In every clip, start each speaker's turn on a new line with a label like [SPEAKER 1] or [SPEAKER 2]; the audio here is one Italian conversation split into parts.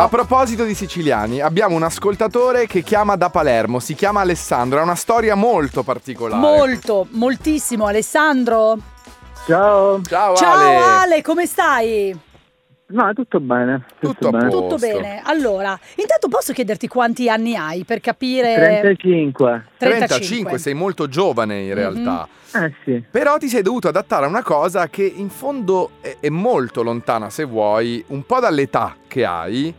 [SPEAKER 1] A proposito di siciliani, abbiamo un ascoltatore che chiama da Palermo, si chiama Alessandro, ha una storia molto particolare.
[SPEAKER 2] Molto, moltissimo. Alessandro?
[SPEAKER 3] Ciao.
[SPEAKER 1] Ciao,
[SPEAKER 2] Ciao
[SPEAKER 1] Ale.
[SPEAKER 2] Ale, come stai?
[SPEAKER 3] No, tutto bene.
[SPEAKER 1] Tutto a posto.
[SPEAKER 2] Tutto bene. Allora, intanto posso chiederti quanti anni hai per
[SPEAKER 3] Eh.
[SPEAKER 2] capire...
[SPEAKER 3] 35.
[SPEAKER 1] 35, sei molto giovane in realtà.
[SPEAKER 3] Eh sì.
[SPEAKER 1] Però ti sei dovuto adattare a una cosa che in fondo è, è molto lontana, se vuoi, un po' dall'età che hai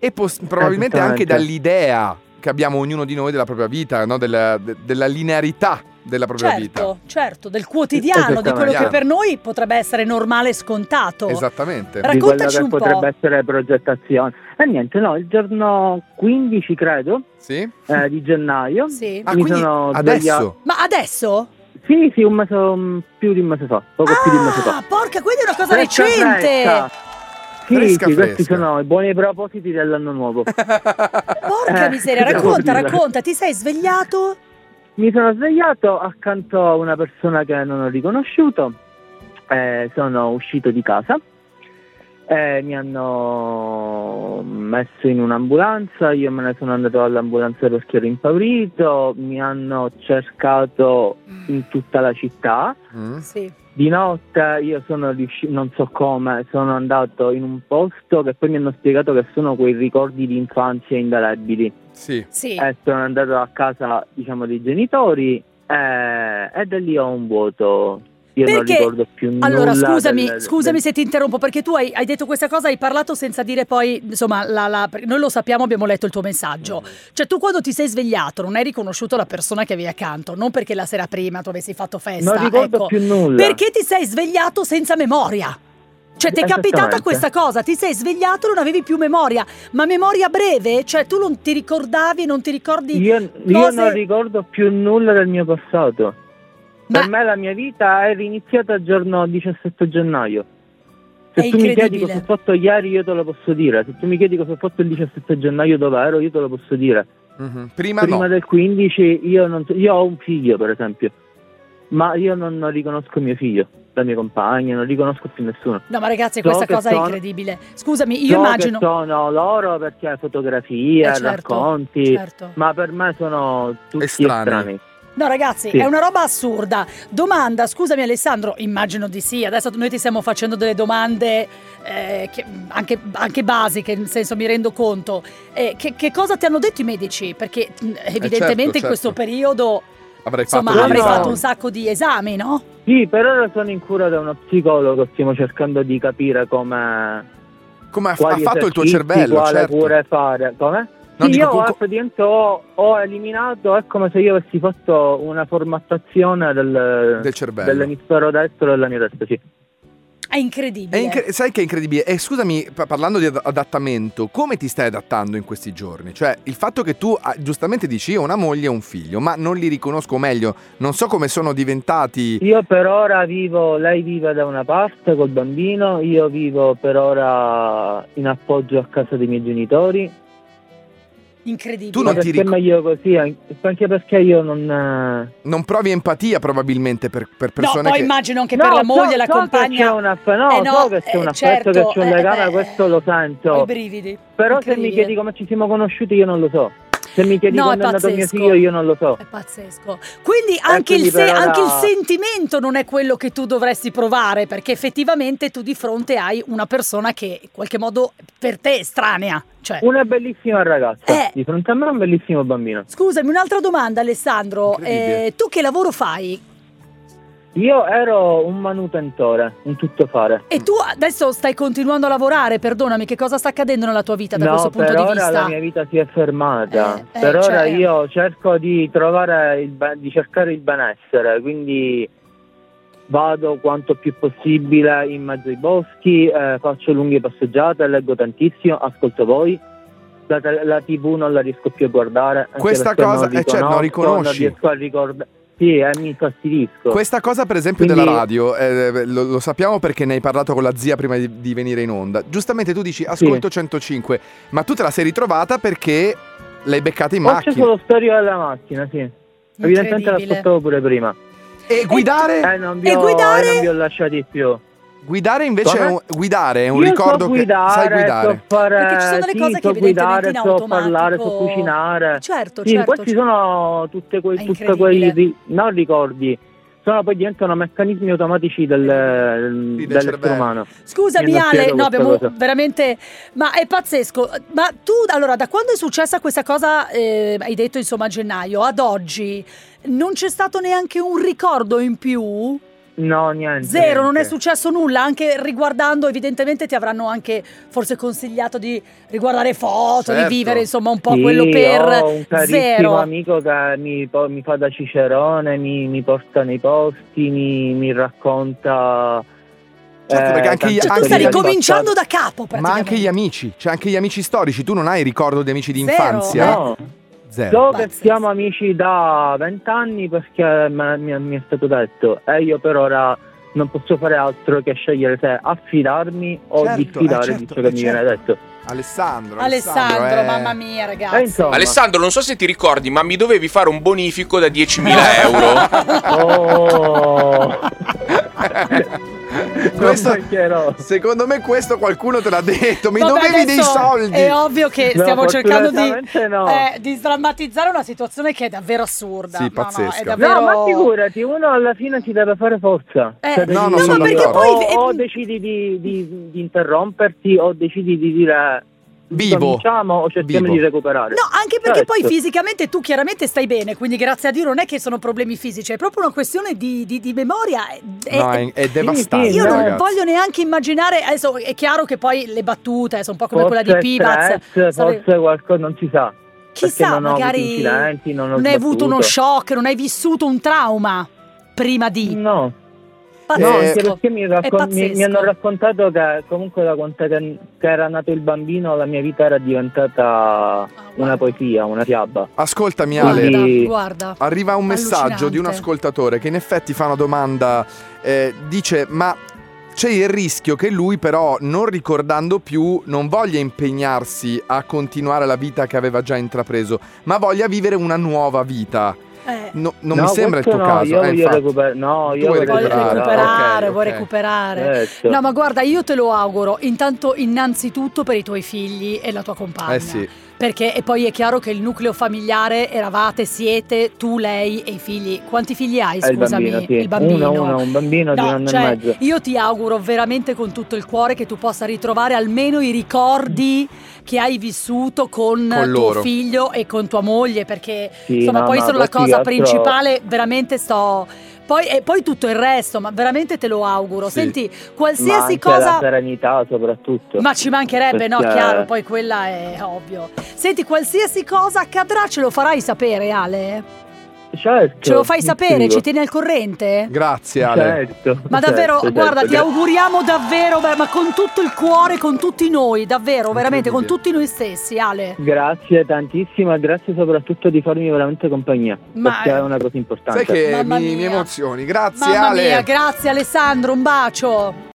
[SPEAKER 1] e pos- probabilmente anche
[SPEAKER 3] Esattamente.
[SPEAKER 1] dall'idea che abbiamo ognuno di noi della propria vita, no? della, de- della linearità della propria vita. Esatto.
[SPEAKER 2] Certo, certo, del quotidiano, di quello che
[SPEAKER 1] Esattamente.
[SPEAKER 2] per noi potrebbe essere normale e scontato.
[SPEAKER 1] Esatto. Esattamente.
[SPEAKER 2] Raccontaci
[SPEAKER 3] di quello che
[SPEAKER 2] un po'.
[SPEAKER 3] potrebbe essere progettazione. E niente, no, il giorno 15 credo
[SPEAKER 1] Sì?
[SPEAKER 3] eh, di gennaio.
[SPEAKER 2] Sì.
[SPEAKER 1] Ah,
[SPEAKER 3] Mi
[SPEAKER 1] quindi
[SPEAKER 3] sono
[SPEAKER 1] adesso.
[SPEAKER 2] Ma adesso?
[SPEAKER 3] Sì, sì, un mese, un- più di un mese fa, poco più di un mese
[SPEAKER 2] Ah,
[SPEAKER 3] fa.
[SPEAKER 2] porca, quindi è una cosa
[SPEAKER 3] Fresca,
[SPEAKER 2] recente.
[SPEAKER 3] fresca. Sì,
[SPEAKER 1] Fresca,
[SPEAKER 3] sì, questi
[SPEAKER 1] fresca.
[SPEAKER 3] sono i buoni propositi dell'anno nuovo.
[SPEAKER 2] Porca
[SPEAKER 3] Eh,
[SPEAKER 2] miseria,
[SPEAKER 3] devo
[SPEAKER 2] racconta,
[SPEAKER 3] dire.
[SPEAKER 2] racconta, ti sei svegliato?
[SPEAKER 3] Mi sono svegliato accanto a una persona che non ho riconosciuto, eh, sono uscito di casa, eh, mi hanno messo in un'ambulanza, io me ne sono andato all'ambulanza perché ero impaurito, mi hanno cercato in tutta la città,
[SPEAKER 1] Mm?
[SPEAKER 2] Sì.
[SPEAKER 3] di notte io sono riuscito, non so come, sono andato in un posto che poi mi hanno spiegato che sono quei ricordi di infanzia indelebili.
[SPEAKER 1] Sì.
[SPEAKER 2] Sì.
[SPEAKER 3] Eh, sono andato a casa, diciamo, dei genitori eh, e da lì ho un vuoto. Io non
[SPEAKER 2] Perché-
[SPEAKER 3] ricordo più nulla.
[SPEAKER 2] Allora, scusami,
[SPEAKER 3] del-
[SPEAKER 2] scusami
[SPEAKER 3] del-
[SPEAKER 2] se ti interrompo, perché tu hai, hai detto questa cosa, hai parlato senza dire poi, insomma, la- la- perché noi lo sappiamo, abbiamo letto il tuo messaggio.
[SPEAKER 3] Mm.
[SPEAKER 2] Cioè, tu quando ti sei svegliato non hai riconosciuto la persona che avevi accanto, non perché la sera prima tu avessi fatto festa.
[SPEAKER 3] Non ricordo
[SPEAKER 2] ecco.
[SPEAKER 3] più nulla.
[SPEAKER 2] Perché ti sei svegliato senza memoria? Cioè, ti è capitata
[SPEAKER 3] Esattamente.
[SPEAKER 2] questa cosa, ti sei svegliato e non avevi più memoria, ma memoria breve? Cioè, tu non ti ricordavi, non ti ricordi...
[SPEAKER 3] Io, io
[SPEAKER 2] cose-
[SPEAKER 3] non ricordo più nulla del mio passato.
[SPEAKER 2] Ma-
[SPEAKER 3] Per me la mia vita è iniziata il giorno 17 gennaio. Se
[SPEAKER 2] È
[SPEAKER 3] tu mi chiedi
[SPEAKER 2] incredibile.
[SPEAKER 3] cosa ho fatto ieri, io te lo posso dire. Se tu mi chiedi cosa ho fatto il 17 gennaio, dove ero, io te lo posso dire.
[SPEAKER 1] Mhm. Prima,
[SPEAKER 3] prima
[SPEAKER 1] no.
[SPEAKER 3] del 15 io non so- io ho un figlio per esempio ma io non, non riconosco mio figlio la mia compagna non riconosco più nessuno
[SPEAKER 2] No, ma ragazzi,
[SPEAKER 3] So
[SPEAKER 2] questa
[SPEAKER 3] che
[SPEAKER 2] cosa è
[SPEAKER 3] sono-
[SPEAKER 2] incredibile. Scusami, io
[SPEAKER 3] So
[SPEAKER 2] immagino...
[SPEAKER 3] che sono loro perché fotografie
[SPEAKER 2] Eh, certo,
[SPEAKER 3] racconti
[SPEAKER 2] Certo.
[SPEAKER 3] ma per me sono tutti
[SPEAKER 1] Estranei.
[SPEAKER 3] estranei,
[SPEAKER 2] No, ragazzi,
[SPEAKER 3] Sì.
[SPEAKER 2] è una roba assurda. Domanda, scusami Alessandro, immagino di sì. Adesso noi ti stiamo facendo delle domande eh, che- anche, anche basiche, nel senso mi rendo conto. Eh, che, che cosa ti hanno detto i medici? Perché mh, evidentemente in
[SPEAKER 1] certo.
[SPEAKER 2] questo periodo
[SPEAKER 1] Avrei
[SPEAKER 2] insomma,
[SPEAKER 1] fatto,
[SPEAKER 3] dei
[SPEAKER 2] avrei
[SPEAKER 3] esami.
[SPEAKER 2] fatto un sacco di esami, no?
[SPEAKER 3] sì per ora sono in cura da uno psicologo stiamo cercando di capire come
[SPEAKER 1] come ha, ha
[SPEAKER 3] quali
[SPEAKER 1] fatto il tuo
[SPEAKER 3] esercizi,
[SPEAKER 1] cervello,
[SPEAKER 3] quale
[SPEAKER 1] certo.
[SPEAKER 3] cure fare come?
[SPEAKER 1] No,
[SPEAKER 3] sì,
[SPEAKER 1] dico,
[SPEAKER 3] io
[SPEAKER 1] con-
[SPEAKER 3] ho praticamente ho, ho eliminato, è come se io avessi fatto una formattazione del,
[SPEAKER 1] del cervello.
[SPEAKER 3] dell'emisfero destro e della mia testa, sì.
[SPEAKER 2] È incredibile.
[SPEAKER 1] È incre- sai che è incredibile? E scusami, pa- parlando di ad- adattamento, come ti stai adattando in questi giorni? Cioè, il fatto che tu ah, giustamente dici io ho una moglie e un figlio, ma non li riconosco o meglio, non so come sono diventati.
[SPEAKER 3] Io per ora vivo, lei vive da una parte col bambino, io vivo per ora in appoggio a casa dei miei genitori.
[SPEAKER 2] incredibile.
[SPEAKER 1] Tu
[SPEAKER 3] Ma
[SPEAKER 1] non ti
[SPEAKER 3] perché è
[SPEAKER 1] ric-
[SPEAKER 3] meglio così, an- anche perché io non... eh,
[SPEAKER 1] Non provi empatia probabilmente per, per persone
[SPEAKER 2] no, poi
[SPEAKER 1] che.
[SPEAKER 2] immagino che
[SPEAKER 3] No,
[SPEAKER 2] per la
[SPEAKER 3] so-
[SPEAKER 2] moglie, la
[SPEAKER 3] so che
[SPEAKER 2] compagna...
[SPEAKER 3] c'è un aff- no,
[SPEAKER 2] Eh no,
[SPEAKER 3] so che c'è
[SPEAKER 2] eh,
[SPEAKER 3] un
[SPEAKER 2] certo,
[SPEAKER 3] affetto, che c'è un
[SPEAKER 2] eh,
[SPEAKER 3] legame,
[SPEAKER 2] beh,
[SPEAKER 3] questo lo sento.
[SPEAKER 2] Ho i brividi.
[SPEAKER 3] Però se mi
[SPEAKER 2] Incredibile.
[SPEAKER 3] chiedi come ci siamo conosciuti io non lo so. Se mi chiedi
[SPEAKER 2] No,
[SPEAKER 3] quando
[SPEAKER 2] è
[SPEAKER 3] è nato mio
[SPEAKER 2] pazzesco.
[SPEAKER 3] figlio io non lo so.
[SPEAKER 2] È pazzesco. Quindi, anche,
[SPEAKER 3] Eh, quindi
[SPEAKER 2] il se-
[SPEAKER 3] per ora-
[SPEAKER 2] anche il sentimento non è quello che tu dovresti provare, perché effettivamente tu di fronte hai una persona che in qualche modo per te è estranea. Cioè,
[SPEAKER 3] Una bellissima ragazza,
[SPEAKER 2] Eh.
[SPEAKER 3] di fronte a me è un bellissimo bambino.
[SPEAKER 2] Scusami, un'altra domanda Alessandro.
[SPEAKER 1] Incredibile.
[SPEAKER 2] Eh, tu che lavoro fai?
[SPEAKER 3] Io ero un manutentore, un tuttofare.
[SPEAKER 2] E tu adesso stai continuando a lavorare, perdonami, che cosa sta accadendo nella tua vita Cioè, da
[SPEAKER 3] No,
[SPEAKER 2] questo punto
[SPEAKER 3] per
[SPEAKER 2] di
[SPEAKER 3] ora
[SPEAKER 2] vista?
[SPEAKER 3] la mia vita si è fermata.
[SPEAKER 2] Eh, eh,
[SPEAKER 3] per
[SPEAKER 2] cioè-
[SPEAKER 3] ora io cerco di trovare il be- di cercare il benessere, quindi vado quanto più possibile in mezzo ai boschi, eh, faccio lunghe passeggiate, leggo tantissimo, ascolto voi. La, te- la TV non la riesco più a guardare. anche
[SPEAKER 1] Questa
[SPEAKER 3] perché
[SPEAKER 1] cosa- eh, certo, non
[SPEAKER 3] riconosco,
[SPEAKER 1] riconosci.
[SPEAKER 3] Non riesco a ricordare. Sì, eh, mi fastidisco.
[SPEAKER 1] Questa cosa, per esempio, della
[SPEAKER 3] Quindi-
[SPEAKER 1] radio, eh, lo, lo sappiamo perché ne hai parlato con la zia prima di, di venire in onda. Giustamente tu dici ascolto 105, ma tu te la sei ritrovata perché l'hai beccata in
[SPEAKER 3] Faccio
[SPEAKER 1] macchina.
[SPEAKER 3] solo storia della macchina, sì. Evidentemente
[SPEAKER 2] Incredibile.
[SPEAKER 3] l'ascoltavo pure prima.
[SPEAKER 1] E guidare.
[SPEAKER 3] Eh, non vi
[SPEAKER 2] E
[SPEAKER 3] ho,
[SPEAKER 2] guidare?
[SPEAKER 3] eh, non vi ho lasciati più.
[SPEAKER 1] Guidare invece è
[SPEAKER 3] Come?
[SPEAKER 1] un, guidare è un
[SPEAKER 3] Io
[SPEAKER 1] ricordo
[SPEAKER 3] so
[SPEAKER 1] che sai
[SPEAKER 3] guidare, ecco.
[SPEAKER 1] guidare.
[SPEAKER 3] so fare-
[SPEAKER 2] Perché ci sono delle
[SPEAKER 3] sì,
[SPEAKER 2] cose che
[SPEAKER 3] so guidare,
[SPEAKER 2] evidentemente in
[SPEAKER 3] so parlare, so
[SPEAKER 2] automatico-
[SPEAKER 3] cucinare.
[SPEAKER 2] Certo,
[SPEAKER 3] eh. Sì,
[SPEAKER 2] certo.
[SPEAKER 3] questi sono tutte quei,
[SPEAKER 2] È
[SPEAKER 3] tutte quei
[SPEAKER 2] incredibile.
[SPEAKER 3] ri- non ricordi, sono poi diventano meccanismi automatici del,
[SPEAKER 1] Sì, del
[SPEAKER 3] dell'essere
[SPEAKER 1] cervello.
[SPEAKER 3] umano.
[SPEAKER 2] Scusami
[SPEAKER 3] Mi
[SPEAKER 2] Ale,
[SPEAKER 3] hanno spiegato
[SPEAKER 2] no,
[SPEAKER 3] questa
[SPEAKER 2] abbiamo
[SPEAKER 3] cosa.
[SPEAKER 2] veramente... Ma è pazzesco. Ma tu, allora, da quando è successa questa cosa, eh, hai detto insomma a gennaio, ad oggi, non c'è stato neanche un ricordo in più?
[SPEAKER 3] No, niente.
[SPEAKER 2] Zero, non è
[SPEAKER 3] niente.
[SPEAKER 2] successo nulla, anche riguardando, evidentemente ti avranno anche forse consigliato di riguardare foto,
[SPEAKER 1] Certo. oh,
[SPEAKER 2] di vivere insomma un po'
[SPEAKER 3] Sì,
[SPEAKER 2] quello per
[SPEAKER 3] ho un carissimo
[SPEAKER 2] zero.
[SPEAKER 3] amico che mi, po- mi fa da cicerone, mi, mi porta nei posti, mi, mi racconta. eh,
[SPEAKER 1] Certo, perché anche gli-
[SPEAKER 2] Cioè, tu
[SPEAKER 1] anche
[SPEAKER 2] stai
[SPEAKER 1] gli-
[SPEAKER 2] ricominciando da capo
[SPEAKER 1] Ma anche gli amici, cioè anche gli amici storici, tu non hai ricordo di amici di
[SPEAKER 2] Zero.
[SPEAKER 1] infanzia?
[SPEAKER 2] amici,
[SPEAKER 3] No,
[SPEAKER 1] Zero.
[SPEAKER 3] so che
[SPEAKER 2] eh. Pazzesco.
[SPEAKER 3] siamo amici da vent'anni perché me- mi, mi è stato detto e io per ora non posso fare altro che scegliere se affidarmi o
[SPEAKER 1] Certo,
[SPEAKER 3] diffidare
[SPEAKER 1] eh, certo,
[SPEAKER 3] di ciò che
[SPEAKER 1] eh,
[SPEAKER 3] mi viene
[SPEAKER 1] certo.
[SPEAKER 3] detto.
[SPEAKER 1] Alessandro,
[SPEAKER 2] Alessandro,
[SPEAKER 1] Alessandro, eh.
[SPEAKER 2] mamma mia ragazzi.
[SPEAKER 3] Eh, insomma.
[SPEAKER 4] Alessandro, non so se ti ricordi, ma mi dovevi fare un bonifico da 10.000 euro.
[SPEAKER 3] Oh.
[SPEAKER 1] Questo-
[SPEAKER 3] Non mancherò.
[SPEAKER 1] secondo me questo qualcuno te l'ha detto, mi
[SPEAKER 2] Vabbè,
[SPEAKER 1] dovevi dei
[SPEAKER 2] adesso
[SPEAKER 1] soldi.
[SPEAKER 2] È ovvio che Eh, stiamo
[SPEAKER 3] No,
[SPEAKER 2] cercando di,
[SPEAKER 3] fortunatamente no.
[SPEAKER 2] eh, di sdrammatizzare una situazione che è davvero assurda.
[SPEAKER 1] Sì,
[SPEAKER 2] No, no,
[SPEAKER 1] pazzesca.
[SPEAKER 2] è davvero...
[SPEAKER 3] No, ma figurati, uno alla fine ti deve fare forza.
[SPEAKER 2] Eh,
[SPEAKER 3] Cioè, devi-
[SPEAKER 1] No, no, No, sono ma perché d'accordo.
[SPEAKER 2] poi-
[SPEAKER 3] O, o decidi di, di- di interromperti, o decidi di dire
[SPEAKER 1] Vivo.
[SPEAKER 3] cominciamo o cerchiamo
[SPEAKER 1] Vivo.
[SPEAKER 3] di recuperare.
[SPEAKER 2] No, anche perché
[SPEAKER 3] Certo.
[SPEAKER 2] poi fisicamente tu chiaramente stai bene, quindi grazie a Dio non è che sono problemi fisici, è proprio una questione di, di- di memoria. È-
[SPEAKER 1] No,
[SPEAKER 2] è-
[SPEAKER 1] è, è devastante.
[SPEAKER 3] sì,
[SPEAKER 2] io non
[SPEAKER 1] ragazzi.
[SPEAKER 2] voglio neanche immaginare, adesso è chiaro che poi le battute eh, sono un po' come
[SPEAKER 3] forse
[SPEAKER 2] quella di Pivaz,
[SPEAKER 3] stress,
[SPEAKER 2] sare-
[SPEAKER 3] forse qualcosa non si sa. perché
[SPEAKER 2] chissà,
[SPEAKER 3] non ho avuto
[SPEAKER 2] magari non
[SPEAKER 3] incidenti, non, ho
[SPEAKER 2] hai avuto uno
[SPEAKER 3] sbattuto.
[SPEAKER 2] shock, non hai vissuto un trauma prima di...
[SPEAKER 3] No, no,
[SPEAKER 1] Eh,
[SPEAKER 3] anche
[SPEAKER 2] Pazzesco.
[SPEAKER 3] perché mi, raccon-
[SPEAKER 2] Ecco, È pazzesco.
[SPEAKER 3] mi- mi hanno raccontato che comunque da quanto che che era nato il bambino la mia vita era
[SPEAKER 2] Ah,
[SPEAKER 3] diventata una poesia, una fiaba.
[SPEAKER 1] Ascoltami Ale,
[SPEAKER 2] Guarda,
[SPEAKER 3] Quindi-
[SPEAKER 2] guarda.
[SPEAKER 1] Arriva un messaggio
[SPEAKER 2] Allucinante.
[SPEAKER 1] di un ascoltatore che in effetti fa una domanda, eh, dice ma c'è il rischio che lui però non ricordando più non voglia impegnarsi a continuare la vita che aveva già intrapreso, ma voglia vivere una nuova vita.
[SPEAKER 2] Eh,
[SPEAKER 1] No- non
[SPEAKER 3] No,
[SPEAKER 1] mi sembra il
[SPEAKER 3] questo
[SPEAKER 1] tuo
[SPEAKER 3] no,
[SPEAKER 1] caso.
[SPEAKER 3] Io
[SPEAKER 1] eh,
[SPEAKER 3] voglio
[SPEAKER 1] infatti.
[SPEAKER 3] recuperare. No,
[SPEAKER 1] Tu
[SPEAKER 3] io
[SPEAKER 1] vuoi
[SPEAKER 3] voglio
[SPEAKER 2] Voglio
[SPEAKER 1] recuperare,
[SPEAKER 2] recuperare,
[SPEAKER 1] ok,
[SPEAKER 2] vuoi
[SPEAKER 1] ok.
[SPEAKER 2] recuperare.
[SPEAKER 3] Certo.
[SPEAKER 2] No, ma guarda, io te lo auguro, intanto innanzitutto per i tuoi figli e la tua compagna.
[SPEAKER 1] Eh sì,
[SPEAKER 2] Perché e poi è chiaro che il nucleo familiare eravate, siete tu, lei e i figli. Quanti figli hai,
[SPEAKER 3] È Eh, il
[SPEAKER 2] scusami?
[SPEAKER 3] bambino, sì.
[SPEAKER 2] Il bambino.
[SPEAKER 3] Uno, uno, un bambino di un
[SPEAKER 2] No,
[SPEAKER 3] anno
[SPEAKER 2] cioè,
[SPEAKER 3] e mezzo.
[SPEAKER 2] io ti auguro veramente con tutto il cuore che tu possa ritrovare almeno i ricordi che hai vissuto con,
[SPEAKER 1] Con loro.
[SPEAKER 2] tuo figlio e con tua moglie, perché
[SPEAKER 3] Sì,
[SPEAKER 2] insomma
[SPEAKER 3] no,
[SPEAKER 2] poi
[SPEAKER 3] no,
[SPEAKER 2] sono la
[SPEAKER 3] questi
[SPEAKER 2] cosa
[SPEAKER 3] altro-
[SPEAKER 2] principale, veramente sto... Poi, e poi tutto il resto, ma veramente te lo auguro.
[SPEAKER 1] Sì.
[SPEAKER 2] Senti,
[SPEAKER 3] Ma
[SPEAKER 2] qualsiasi
[SPEAKER 3] anche la
[SPEAKER 2] cosa...
[SPEAKER 3] serenità soprattutto.
[SPEAKER 2] Ma ci mancherebbe, no,
[SPEAKER 3] Perché-
[SPEAKER 2] chiaro, poi quella è ovvio. Senti, qualsiasi cosa accadrà ce lo farai sapere, Ale?
[SPEAKER 3] Certo,
[SPEAKER 2] Ce lo fai sapere,
[SPEAKER 3] scrivo.
[SPEAKER 2] ci tieni al corrente?
[SPEAKER 1] grazie Ale.
[SPEAKER 3] Certo.
[SPEAKER 2] Ma davvero,
[SPEAKER 3] certo,
[SPEAKER 2] guarda,
[SPEAKER 3] certo.
[SPEAKER 2] ti auguriamo davvero, ma ma con tutto il cuore, con tutti noi, davvero, veramente, con tutti noi stessi, Ale.
[SPEAKER 3] Grazie tantissimo e grazie soprattutto di farmi veramente compagnia.
[SPEAKER 2] Ma-
[SPEAKER 3] Perché è una cosa importante.
[SPEAKER 1] Sai che
[SPEAKER 2] Mamma
[SPEAKER 1] mi, mi
[SPEAKER 2] mia.
[SPEAKER 1] emozioni, grazie
[SPEAKER 2] Mamma
[SPEAKER 1] Ale.
[SPEAKER 2] mia, grazie Alessandro, un bacio.